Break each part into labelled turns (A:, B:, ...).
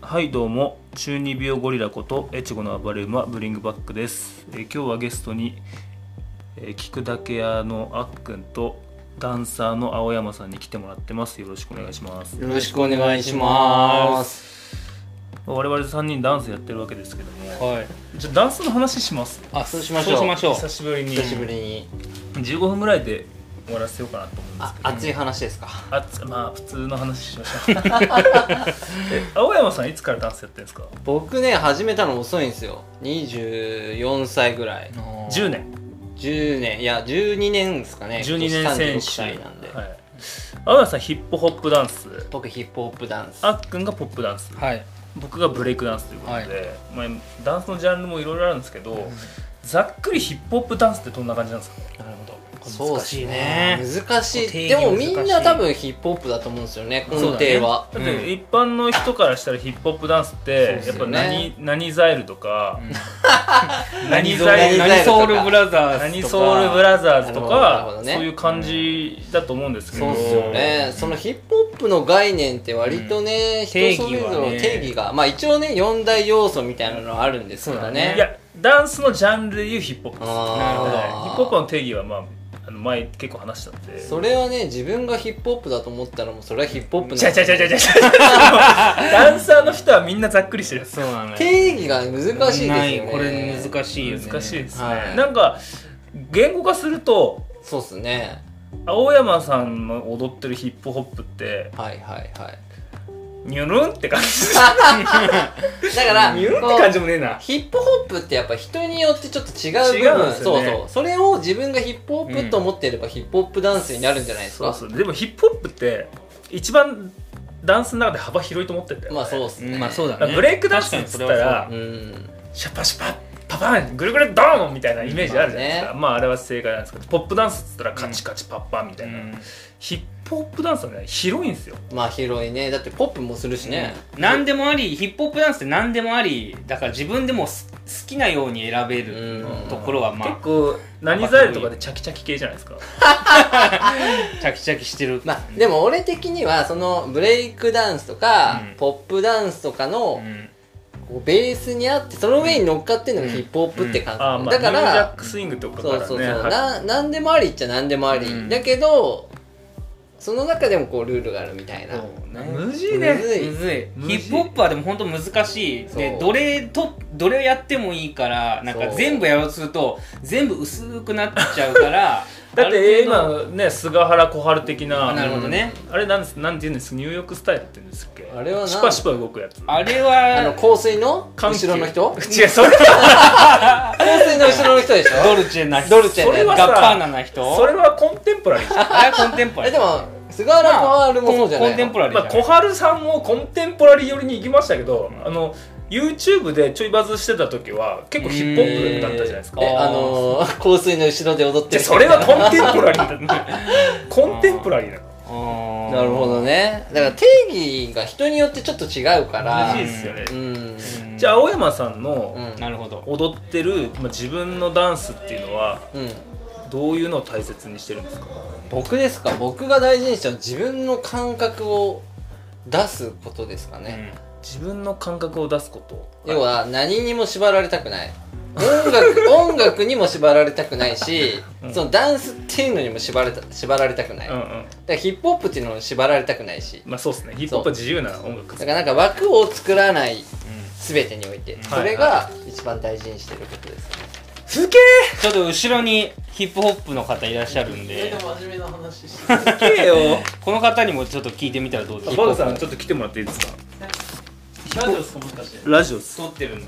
A: はいどうも中二病ゴリラことエチゴの暴れ馬ブリングバックです、えー今日はゲストに、えー聞くだけ屋のあっくんとダンサーの青山さんに来てもらってますよろしくお願いします
B: よろしくお願いします。
A: 我々3人ダンスやってるわけですけども
C: はい。
A: じゃあダンスの話します
B: あ、そうしましょう。
C: そうしましょう
A: 久しぶりに
B: 久しぶりに。
A: 15分ぐらいで終わらせようかなと思うんです
B: あ、熱い話ですか。
A: あつまあ普通の話しましょう え青山さんいつからダンスやってるんですか
B: 僕ね、始めたの遅いんですよ。24歳ぐらい。
A: 10年
B: 10年、いや、12年ですかね。
A: 12
B: 今
A: 年
B: 年
A: 選手
B: 36歳なんで。
A: はい、青山さんヒップホップダンス
B: 僕、ヒップホップダンス。
A: あっくんがポップダンス
C: はい。
A: 僕がブレイクダンスということで、まあ、ダンスのジャンルもいろいろあるんですけど、ざっくりヒップホップダンスってどんな感じなんですか
C: なるほど。
B: そうっ
C: 難
B: す
C: しいね。
B: 難し
C: 定
B: い。
C: 義
B: でもみん
C: 難しい
B: な多分ヒップホップだと思うんですよね、根底は。
A: だって一般の人からしたらヒップホップダンスって
B: そう
A: や
B: っ
A: っ
B: す
A: ぱ
B: よね
A: 何何ザイルとか、 何
C: 何
A: ザイル
B: 何
C: ソウルブラザーズとか。
A: 何ソウルブラザーズと
B: なるほどなるほ
A: か、
B: どね
A: そういう感じだと思うんですけ
B: そ
A: ど、
B: うっすよね、そのヒップホップの概念って割とね、人それぞれ
C: 定義は
B: の
C: ね
B: 定義が、まあ一応ね4大要素みたいなのはあるんですけどね
A: いやダンスのジャンルでいうヒップホップです
B: あー
C: なるほど
A: はいヒップホップの定義はまああの前結構話したんで
B: それはね自分がヒップホップだと思ったらもうそれはヒップホップ
A: ちゃちゃちゃちゃちゃ
B: ゃ
A: ダンサーの人はみんなざっくりしてるやつ
C: そうなのよ。
B: 定義が難しいですよ
C: な
B: ね
C: いこれ難しいよね。
A: 難しいですね、
B: はい
A: なんか言語化すると
B: そうっすね
A: 青山さんの踊ってるヒップホップって
B: はいはいはい
A: ニュルンって感じ
B: だから
A: ニュルンっ
B: こ
A: て
B: う
A: 感じもねえな
B: ヒップホップってやっぱ人によってちょっと違う
A: 違
B: 部
A: うん
B: 分
A: ですよ
B: そう
A: ね
B: そうそれを自分がヒップホップと思ってればヒップホップダンスになるんじゃないです
A: そ
B: か
A: うそうでもヒップホップって一番ダンスの中で幅広いと思ってんだよ、ね、
B: まあそうっ
A: う
B: す
C: う
B: ね
C: んまあそうだ
A: だか
C: ね。
A: らブレイクダンスっつった
C: 確かにそれは
A: ら
B: うん
A: シャパシャパパパンぐるぐるドーンみたいなイメージあるじゃないですか、
B: まあ
A: まあ、あれは正解なんですけどポップダンスっつったらカチカチパッパンみた
C: そ
A: い
C: う
A: な、
C: うん
A: ヒップホップダンスはね広いんですよ
B: まあ広いねだってポップもするしね、
C: 何でもありヒップホップダンスって何でもありだから自分でもす好きなように選べる
B: うん
C: ところはま
A: 結構何ザイルとかでチャキチャキ系じゃないですか
C: あチャキチャキしてる
B: まあでも俺的にはそのブレイクダンスとか、
C: うん
B: ポップダンスとかの、
C: うん
B: こうベースにあってその上に乗っかってるのがヒップホップって感じ、
A: あーまあ
B: だか
A: ニュージャ
B: ら
A: ックスイングとかか
B: そ
A: ら
B: う
A: ね
B: そうそう、
A: はい
B: な何でもありっちゃ何でもあり、
C: うん
B: だけどその中でもこうルールがあるみたいな、
C: そうね
A: むずいね
B: むずい
C: むずい
A: むず
C: ヒ
A: い
C: ップホップはでも本当難しい
B: そう
C: でどれとどれをやってもいいからなんか
B: そう
C: 全部やろうとすると全部薄くなっちゃう から
A: だって
C: ある程度
A: 今ね菅原小春的な
C: あなるほどね
A: あれなんですなんて言うんですニューヨークスタイルって言うんですっけ
B: あれはな
A: シュパシュパ動くやつ
C: あれ
B: あの
C: は
B: 香水の
A: 緩急
B: 後ろの人
A: 違うそれは
B: 香水の後ろの人でし
C: ド
B: ょ
C: ルチェな人
B: ドルチェ
A: それは
C: ガッ
A: さ
C: パーナな人
A: それはコンテンポラリーじゃん
C: あれはコンテンポラ
B: え
C: リー
B: でも菅原パールもそうじゃない
C: コンテンポラリー
A: まあ、
C: じゃ
A: 小
C: ん、
A: 春さんもコンテンポラリー寄りに行きましたけど、あの YouTube でちょいバズしてた時は結構ヒップホップだったじゃないですか、
C: え
B: えあのー、香水の後ろで踊って
A: じゃ
B: る
A: あそれはコンテンポラリーだねコンテンポラ リーなの
C: あー
B: なるほどねだから定義が人によってちょっと違うから
A: 難しいですよね、
B: うん
C: うん
A: じゃあ青山さんの
B: うん
C: なるほど
A: 踊ってる、まあ、自分のダンスっていうのは
B: うん
A: どういうのを大切にしてるんですか
B: 僕ですか僕が大事にしたのは自分の感覚を出すことですかね、
A: 自分の感覚を出すこと
B: 要は何にも縛られたくない音楽音楽にも縛られたくないし、
A: ん
B: そのダンスっていうのにも縛られた縛られたくない、
A: うんう
B: だか
A: ん
B: らヒップホップっていうのにも縛られたくないし
A: まあそうですねヒップホップは自由な音楽
B: だからなんか枠を作らない全てにおいて、
C: ん
B: それが一番大事にしてることです、
A: すげ
C: ちょっと後ろにヒップホップの方いらっしゃるんで
B: 真面目な話して
A: えすげえよ
C: この方にもちょっと聞いてみたらどうですか
A: バグさんちょっと来てもらっていいですか
C: ラジオそのかして
A: ラジオです
C: 撮ってるのよ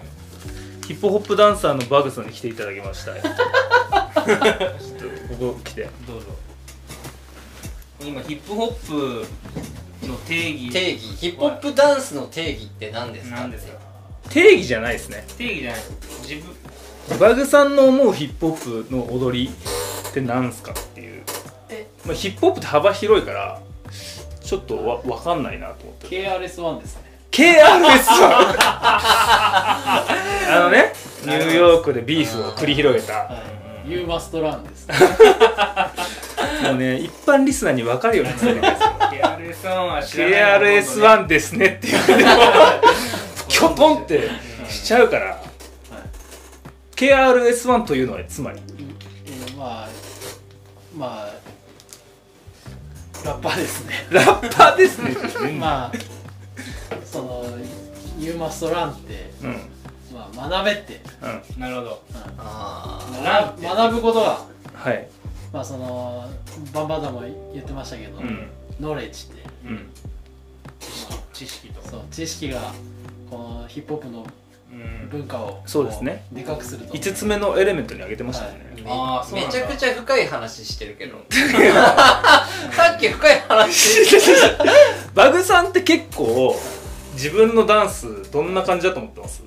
A: ヒップホップダンサーのバグさんに来ていただきましたちょっとここ来て
C: どうぞ今ヒップホップの定義
B: 定義ヒップホップダンスの定義って何ですか
C: なんですか
A: 定義じゃないですね
C: 定義じゃない自分
A: バグさんの思うヒップホップの踊りってなんすかっていう
D: え
A: まあ、ヒップホップって幅広いからちょっとわ分かんないなと思って
D: KRS-One ですね
A: KRS あのねニューヨークでビーフを繰り広げた
D: はい、You must run ですね
A: もうね一般リスナーに分かるように伝えてください
C: KRS1 は知らない
A: KRS1 ですねって言われてもトントンってしちゃうから、KRS1 というのはつまり
D: えーまあまあラッパーですね
A: ラッパーですね、
D: まあその「You must run」って、
A: うんうん
D: まあ、学べって、
C: なるほど
D: うん
B: あ
C: ラン
D: 学ぶことが
A: はい
D: まあそのバンバンダも言ってましたけど、
A: うん
D: ノレッジって
A: うん
C: 知識と
D: そう知識がこのヒップホップの
C: うん
D: 文化を
A: そうですね
D: こでかくすると
A: 5つ目のエレメントに挙げてましたよね、
B: ー
C: あーそうなん
B: めちゃ
C: だ
B: くちゃ深い話してるけど さっき深い話
A: バグさんって結構自分のダンスどんな感じだと思ってます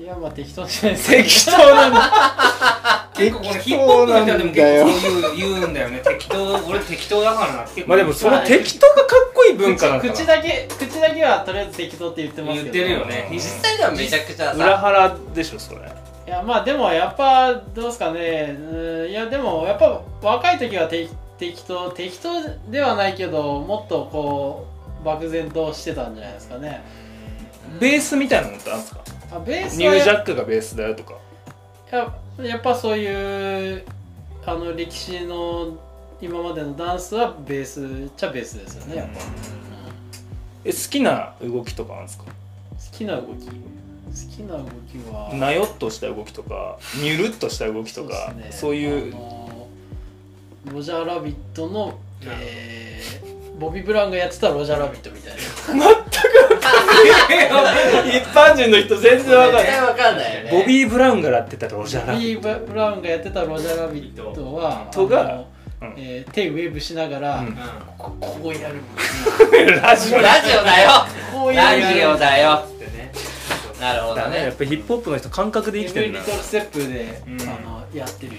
D: いやまあ適当じゃないです
A: 適当なんだ
C: 結構このヒップホップの人はでも結構そういう言うんだよね適当俺適当だからな結構
A: まあでもその適当がかっこいい文化なんか
D: 口
A: な
D: だけ口だけはとりあえず適当って言ってます
C: 言っ
D: けど
C: てるよね
B: 実際ではめちゃくちゃ
A: 裏
B: さ
A: 腹でしょそれ
D: いやまあでもやっぱどうですかねうーんいやでもやっぱ若い時は適適当適当ではないけどもっとこう漠然としてたんじゃないですかね
A: ベースみたいなのってあるんですか
D: あベース
A: ニ
D: は
A: ュージャ
D: や
A: ックがベースだよとか
D: ややっぱそういうあの歴史の今までのダンスはベースっちゃベースですよねやっぱ、うん
A: え好きな動きとかあるんですか
D: 好きな動き好きな動きは
A: なよっとした動きとかにゅるっとした動きとか
D: っすね
A: そういう
D: あのロジャーラビットの、えーボビー・ブラウンがやってたロジャーラビットみたいな
A: 一般人の人全然わかん
B: 絶
A: ない
B: 対わかんないよね
A: ボビー・ブラウンがやってたロジャーラ
D: ボ
A: ビ
D: ビー・ブラウンがやってたロジャーラビットは
A: 人が
D: あの
A: うん
D: えー手ウェーブしながら、
A: うん
D: ここう やる
A: ラジオ
B: ラジオだよ
D: こうやる
B: ラジオだよなるほど
A: だねやっ
B: ね
A: ぱヒップホップの人感覚で生きて
D: エ
A: る
D: ブ
A: な
D: リトルステップで、
A: うん
D: あのやってる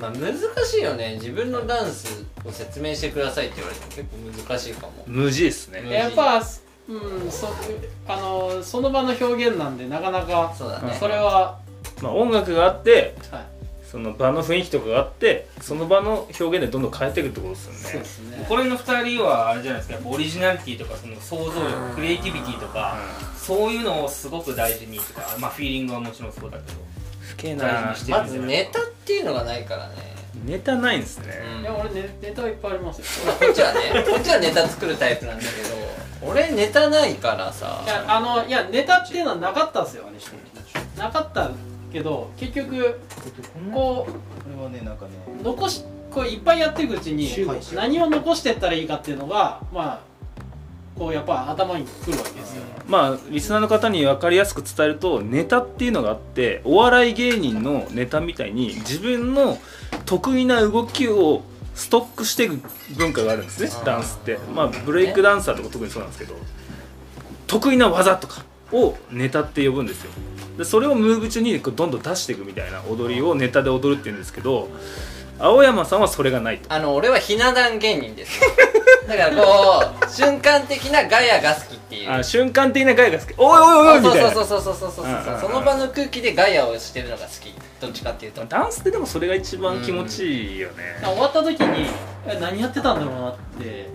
B: まあ難しいよね自分のダンスを説明してくださいって言われても結構難しいかも
A: うん無事ですね
B: ね
D: やっぱ、うん、そあのその場の表現なんでなかなか
B: そうだね
D: それは、
A: まあ音楽があって
D: はい、
A: その場の雰囲気とかがあってその場の表現でどんどん変えていくってことです
D: そう
A: よ
D: で
A: ね
D: すね
C: これの2人はあれじゃないですかやっぱオリジナリティとかその想像力クリエイティビティとかそういうのをすごく大事にとかまあフィーリングはもちろんそうだけど
A: 不敬
C: 大事
A: な
C: にしてる
B: まずネタっていうのがないからね
A: ネタないんです
B: う
A: ね
B: ん
D: いや俺ネネタはいっぱいありますよ
B: まあこっちはねこっちはネタ作るタイプなんだけど俺ネタないからさ
D: いやあのいやネタっていうのはなかったんですよなかったけど結局
E: こ
D: こ
E: れはねなんかね
D: う残しこういっぱいやっていくうちに
E: はい
D: 何を残してったらいいかっていうのがまあこうやっぱ頭にくるわけですよ、
A: まあリスナーの方に分かりやすく伝えるとネタっていうのがあってお笑い芸人のネタみたいに自分の得意な動きをストックしていく文化があるんですね
B: あー
A: ダンスってまあブレイクダンサーとか特にそうなんですけど得意な技とかをネタって呼ぶんですよでそれをムーブ中にこうどんどん出していくみたいな踊りをネタで踊るっていうんですけど青山さんはそれがないと
B: あの俺はひな壇芸人ですよだからこう瞬間的なガヤが好きっていう
A: あ瞬間的なガヤが好きおいおいおいおいみたいな
B: そうそうそうそうそうそうそう
A: うんうんうん
B: その場の空気でガヤをしてるのが好きどっちかっていうと
A: ダンスってでもそれが一番気持ちいいよね、
D: だから終わった時にえ何やってたんだろうなって、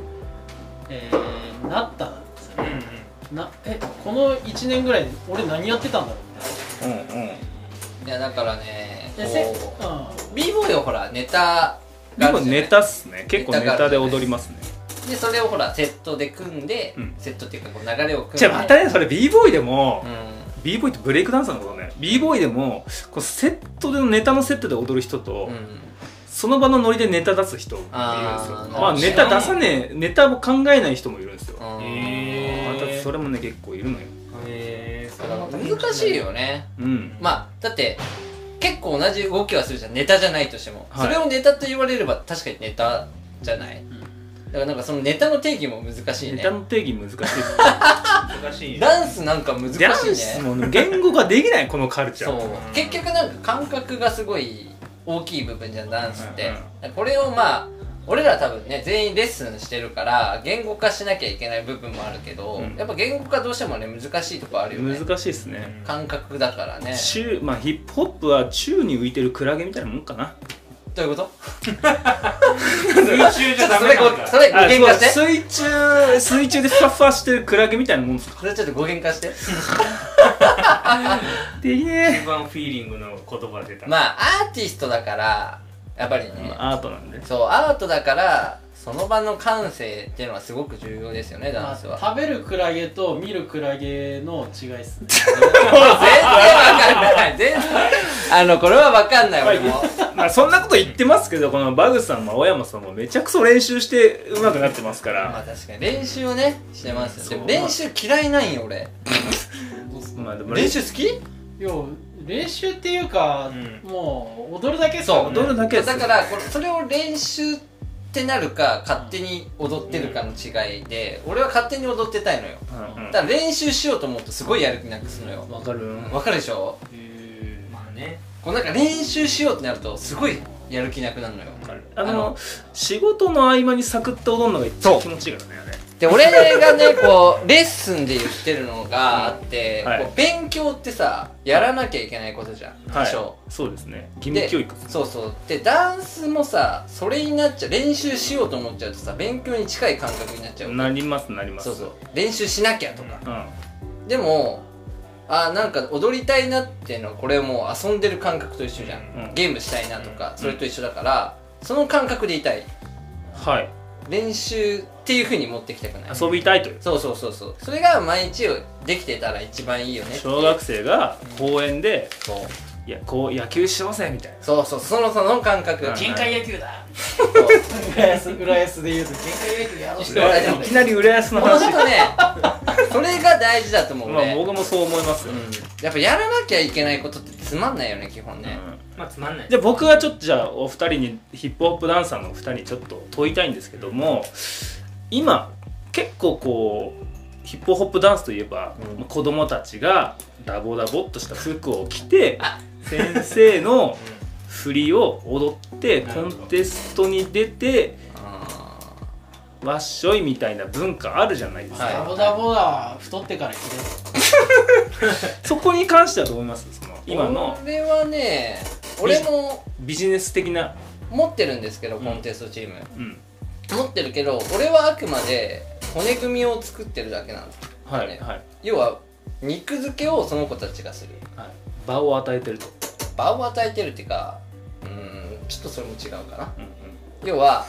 D: えーなったんですよねなえこの1年ぐらいで俺何やってたんだろう
A: うんうん
B: いやだからね
D: みたいなでせ、
B: こ
D: う
B: う b ボーイをほらネタ
A: で
B: があ
A: も
B: るじゃない
A: ネタっすね結構ネ
B: ネタがあ
A: タ
B: る
A: で
B: じゃない
A: 踊りますね
B: でそれをほらセットで組んで、
A: うん
B: セットっていうかこう流れを組んで
A: じゃあまたねそれ b ボーイでも
B: う、
A: b ボーイってブレイクダンサーのことね b ボーイでもこうセットでのネタのセットで踊る人と、
B: ん、うん、
A: その場のノリでネタ出す人っていうんですよ
B: あー
A: まあネタ出さねえネタも考えない人もいるんですよま
B: うん
C: へー
A: たそれもね結構いるのよ
C: へえそ
B: 難しいよね
A: うん
B: まあだって結構同じ動きはするじゃんネタじゃないとしても、
A: はい
B: それをネタと言われれば確かにネタじゃない、だからなんかそのネタの定義も難しい
A: ネ
B: ね
A: タの定義難しいです
C: 難しいよ
B: ダンスなんか難しいね
A: ダンスもね言語ができないこのカルチャ
B: そ
A: ー
B: う結局なんか感覚がすごい大きい部分じゃんダンスって、
A: うんうん
B: これをまあ俺ら多分ね全員レッスンしてるから言語化しなきゃいけない部分もあるけど、
A: うん
B: やっぱ言語化どうしてもね難しいとこあるよね
A: 難しいですね
B: 感覚だからね
A: 宙まあヒップホップは宙に浮いてるクラゲみたいなもんかな
B: どういうこと
C: 水中じゃダ
B: そ
C: メ
B: れ
C: なん
B: ご、
C: だ
B: それご
A: あ
B: 喧嘩して。
A: そう水中水中でふわふわしてるクラゲみたいなもんですか
B: それちょっとご喧嘩して。
A: できね
C: 一番フィーリングの言葉が出た、
B: まあ、アーティストだから、やっぱりね、
A: まあアートなんで
B: そう、アートだから、その場の感性っていうのはすごく重要ですよね、ダンスは。
D: 食べるクラゲと見るクラゲの違いっす
B: 全
D: ね
B: 然わかんない。全然。あの、これはわかんない、俺も。
A: まあそんなこと言ってますけどこのバグさんも青山さんもめちゃくそ練習して上手くなってますか
B: まあ
A: ら
B: 確かに練習をね、してますよ。でも
A: そう
B: 練習嫌いなんよ、俺。
A: まあでも
B: 練習好き
D: 要は練習っていうか、
C: う
D: もう踊るだけっす
B: そ
D: よ
B: う
D: ね
A: 踊るだけですよ
B: だからこれそれを練習ってなるか勝手に踊ってるかの違いで、俺は勝手に踊ってたいのよ
A: うんうん
B: だから練習しようと思うとすごいやる気なくすのよ
A: わかる
B: わかるでしょ
D: へ
C: まあね
B: こうなんか練習しようってなるとすごいやる気なくなるのよ
A: あ
B: あ
A: の
B: の
A: 仕事の合間にサクッと踊るのが一番気持ちいいからねあれ
B: で俺がねこうレ ッスンで言ってるのがあって、
A: はい
B: こう勉強ってさやらなきゃいけないことじゃん多少、
A: はいそうですね義務教育
B: そうそうでダンスもさそれになっちゃう練習しようと思っちゃうとさ勉強に近い感覚になっちゃう
A: なりますなります
B: そうそう練習しなきゃとか、
A: うん
B: でもあーなんか踊りたいなっていうのはこれもう遊んでる感覚と一緒じゃん、
A: うん
B: ゲームしたいなとか、
A: うん
B: それと一緒だからその感覚でいたい
A: はい
B: 練習っていうふうに持ってきたくない
A: 遊びたいという
B: そうそうそうそうそれが毎日できてたら一番いいよねっていう
A: 小学生が公園で
B: そう
A: いやこう野球しようぜみたいな
B: そうそうそのその感覚
A: うん
C: 限界野球だ
B: そう
D: 浦安浦安で言うと
C: 限界野球やろう
B: そうだよ
A: いきなり浦安の
B: もうちょ
A: 話
B: っとね それが大事だと思う
A: まあ
B: ね、
A: 僕もそう思います
B: う
A: よ、
B: ん、やっぱやらなきゃいけないことってつまんないよね基本ね、
A: うん
C: まあつまんない
A: で僕はちょっとじゃあお二人にヒップホップダンサーのお二人にちょっと問いたいんですけども今結構こうヒップホップダンスといえば、
B: うん
A: 子供たちがダボダボっとした服を着 て先生 の振りを踊って
C: な
A: コ
C: るほど
A: ンテストに出て
B: あー
A: わっしょいみたいな文化あるじゃないですか、
B: はい
D: ダボダボだ太ってから着れ
A: そこに関してはどう思いますその今の
B: 俺はね俺も
A: ビジネス的な、
B: 持ってるんですけど
A: うん
B: コンテストチーム、
A: うん
B: 持ってるけど俺はあくまで骨組みを作ってるだけなんです
A: はい
B: ね
A: はい
B: 要は肉付けをその子たちがする
A: はい、場を与えてると、
B: 場を与えてるっていうかうーんちょっとそれも違うかな
A: うんうん
B: 要は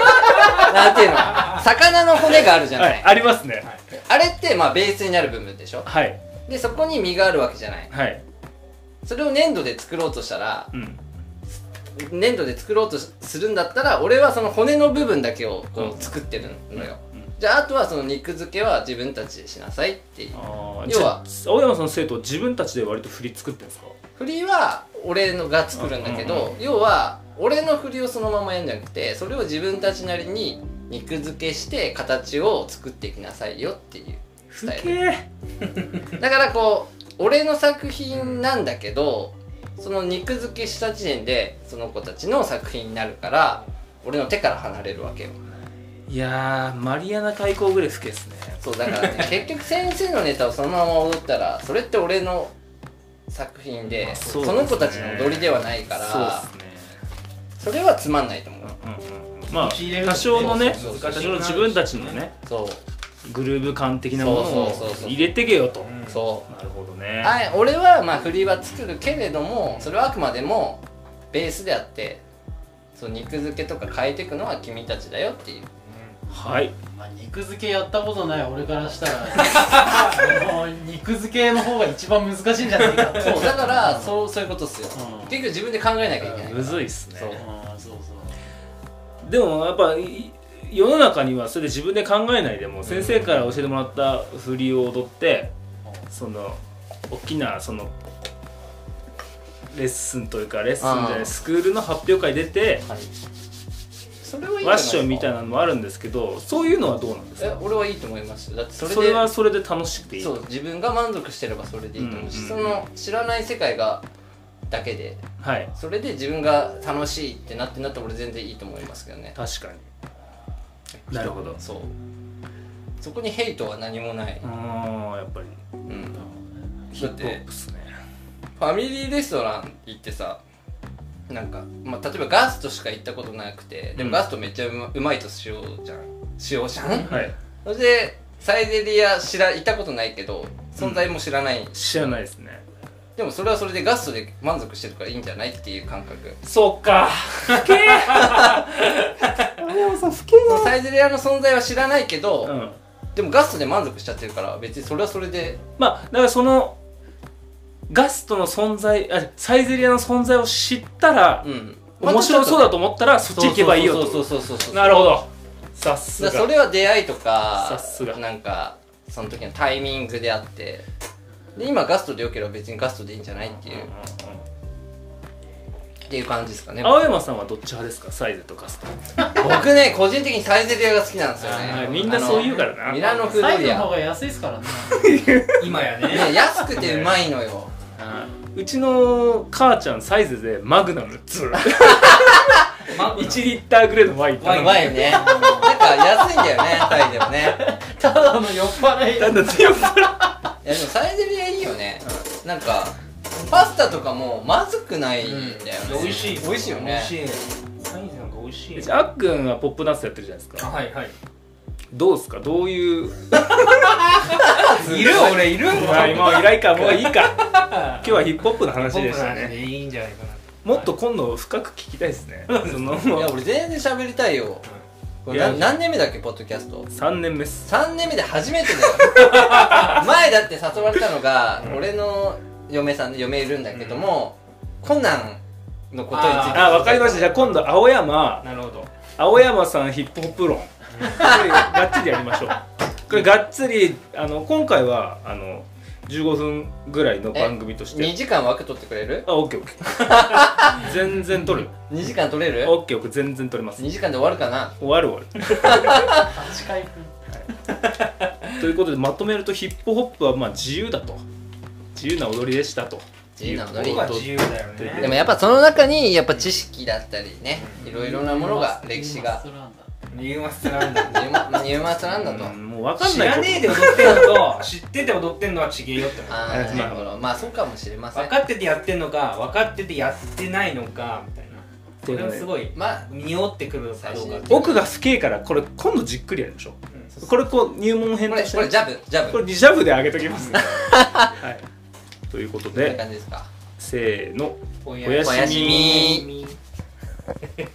B: なんていうの魚の骨があるじゃない、
A: はい、ありますね
B: あれってまあベースになる部分でしょ
A: はい
B: でそこに身があるわけじゃない
A: はい、
B: それを粘土で作ろうとしたら
A: うん、
B: 粘土で作ろうとするんだったら俺はその骨の部分だけをこ
A: うん
B: う作ってるのよ、
A: うん
B: じゃああとはその肉付けは自分たちでしなさいっていう
A: ああ
B: 要は
A: じゃあ青山さんの生徒は自分たちで割と振り作ってるんですか
B: 振りは俺のが作るんだけど、要は俺の振りをそのままやんじゃなくてそれを自分たちなりに肉付けして形を作っていきなさいよって いうス
A: す
B: タイル
A: げえ
B: だからこう俺の作品なんだけどその肉付けした時点でその子たちの作品になるから俺の手から離れるわけよ
A: いやーマリアナ海溝グレフケですね
B: そうだから ね結局先生のネタをそのまま踊ったらそれって俺の作品で,、
A: まあそ
B: そうの子たちの踊りではないから
A: そうですね
B: それはつまんないと思う、
A: うんうんうんまあ
C: 受け入れる
A: 多少のね
B: そうそう
A: 多少の自分たちのね
B: そう
A: グルーヴ感的なもの
B: そうそうそうそ
A: を
B: う
A: 入れてけよと
C: うん
B: そう
A: なるほどね
B: あ俺はまあ振りは作るけれどもそれはあくまでもベースであってそう肉付けとか変えていくのは君たちだよっていう
A: はい
D: てまあ肉漬けやったことない俺からし たらもう肉漬けの方が一番難しいんじゃないかと
B: そうだからそうそういうことっすよ、
D: うん
B: 結局自分で考えなきゃいけないから
A: むずいっすね
B: そう
D: うんそうそう
A: でもやっぱい世の中にはそれ自分で考えないでも先生から教えてもらった振りを踊ってその大きなそのレッスンというかレッスンじゃな
B: あ
A: い
B: あ
A: スクールの発表会出て
B: はいそれはいいんじゃ
A: ワッ
B: ないです
A: シ
B: か
A: ョイみたいなのもあるんですけどそういうのはどうなんです
B: え
A: か
B: 俺はいいと思いますよだってそ
A: そ
B: れ
A: れ
B: で
A: はそれで楽しくていい
B: そう自分が満足してればそれでいいと思うし、
A: うん
B: その知らない世界がだけで
A: はい
B: それで自分が楽しいってなってなって俺全然いいと思いますけどね
A: 確かになるほどう
B: そうそこにヘイトは何もない、
A: ーんやっぱり
B: うん、
A: ヒップホップっすね
B: ファミリーレストラン行ってさなんか、まあ、例えばガストしか行ったことなくてで
A: う
B: も
A: ん
B: ガストめっちゃうまうまいとしようじゃんしようじゃん
A: はい
B: それでサイゼリア知ら行ったことないけど存在も知らない、
A: 知らないですね
B: でもそれはそれでガストで満足してるからいいんじゃないっていう感覚
C: そっか
B: そのサイゼリアの存在は知らないけど、
A: うん
B: でもガストで満足しちゃってるから別にそれはそれで
A: まあだからそのガストの存在あサイゼリアの存在を知ったら
B: う、ん
A: 面白そう
B: だ
A: だと思ったらそっち行けばいいよと
B: そうそうそうそうそう
A: なるほどさす
B: だ
A: が
B: からそれは出会いとか
A: さすが
B: なんかその時のタイミングであってで今ガストでよければ別にガストでいいんじゃないっていう、っていう感じですかね
A: 青山さんはどっち派ですかサイゼとガスト
B: 僕ね個人的にサイゼリアが好きなんですよ
A: は
B: ね
A: いみんなそう言う
B: か
A: からな
B: ミラノフー
D: サ
B: ド
D: イズ
B: リ
D: の方
B: ア、
D: が安いで すからね
C: 今や
B: ね、
C: ね
B: 安くてうまいのよ
A: はいうちの母ちゃんサイズでマグナムつ
C: ま
A: 1リッターぐらいのワイン
B: う
A: 頼む
B: まいねなんか安いんだよねサイゼもね
D: ただの酔っ払い
A: なんだってよ
B: いやでもサイゼリアいいよね、なんかパスタとかもまずくないんだよね、
C: 美味しい
B: 美味しいよね
C: 美味しいサイズなんか美味しい
A: あっくんはポップナッツやってるじゃないです
C: あ
A: か
C: はいはい
A: どうですかどういう
C: いる俺いる
A: まあ今はいないかもういいか 今日はヒップホップの話で
C: 僕
A: した
C: ら
A: ね
C: ねいいんじゃないかな
A: もっと今度深く聞きたいです ねその
B: いや俺全然喋りたいよこれない
A: や
B: 何年目だっけポッドキャスト
A: 3年目っす
B: 3年目で初めて だよ前だって誘われたのが、俺の嫁さん嫁いるんだけども、コナンのことについて
A: あわかりましたじゃあ今度青山
C: なるほど
A: 青山さんヒップホップ論これがっちりやり ましょうこれがっつりあの今回はあの15分ぐらいの番組として
B: 2時間枠取ってくれる
A: あ、オッケーオッケ ー。全然取る。
B: 2時間取れる
A: オッケーオッケー、全然取れます。
B: 2時間で終わるかな
A: 終わる終わ
D: 8回
A: る。ということで、まとめるとヒップホップはまあ自由だと。自由な踊りでしたと。
B: 自由な踊り
C: 僕は自由だよ
B: で
C: ね
B: もやっぱその中にやっぱ知識だったりねいろいろなものが歴史が
C: 理由は必要なんだ
B: 入門入門スなんだと
A: うんもうわかん
C: 知
A: ない
C: ら
A: こと
C: ねえで踊ってんのと知ってて踊ってんのは違えよって思う
B: あーなるほどまあそうかもしれません
C: 分かっててやってんのか分かっててやってないのかみたいなそれはすごい
B: まあ
C: 匂ってくるのかどうかっていう
A: 奥が深えから、これ今度じっくりやりましょ
C: うん
A: う。これこう入門編
B: ことれ
A: して
B: これジャブジャ
A: こ
B: ブ
A: れリジャブで上げとき ますね。はい。ということ
B: こんな
A: で、
B: 感じですか
A: せーの。
C: お
A: おや
B: おや
A: す
B: す
A: み
B: み
C: み